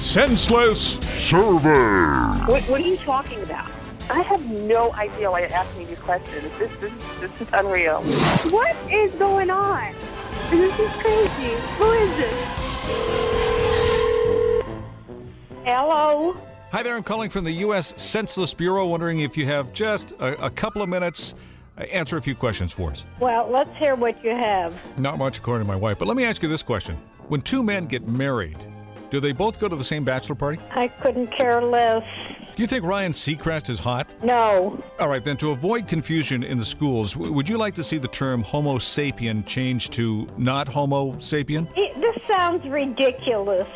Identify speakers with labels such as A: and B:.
A: senseless survey.
B: What, what are you talking about? I have no idea why you're asking me these questions. This, this, this is unreal.
C: What is going on? This is crazy. Who is this? Hello.
D: Hi there, I'm calling from the U.S. Census Bureau, wondering if you have just a, a couple of minutes, uh, answer a few questions for us.
C: Well, let's hear what you have.
D: Not much, according to my wife, but let me ask you this question. When two men get married, do they both go to the same bachelor party?
C: I couldn't care less.
D: Do you think Ryan Seacrest is hot?
C: No.
D: All right, then, to avoid confusion in the schools, w- would you like to see the term Homo sapien changed to not Homo sapien?
C: It, this sounds ridiculous.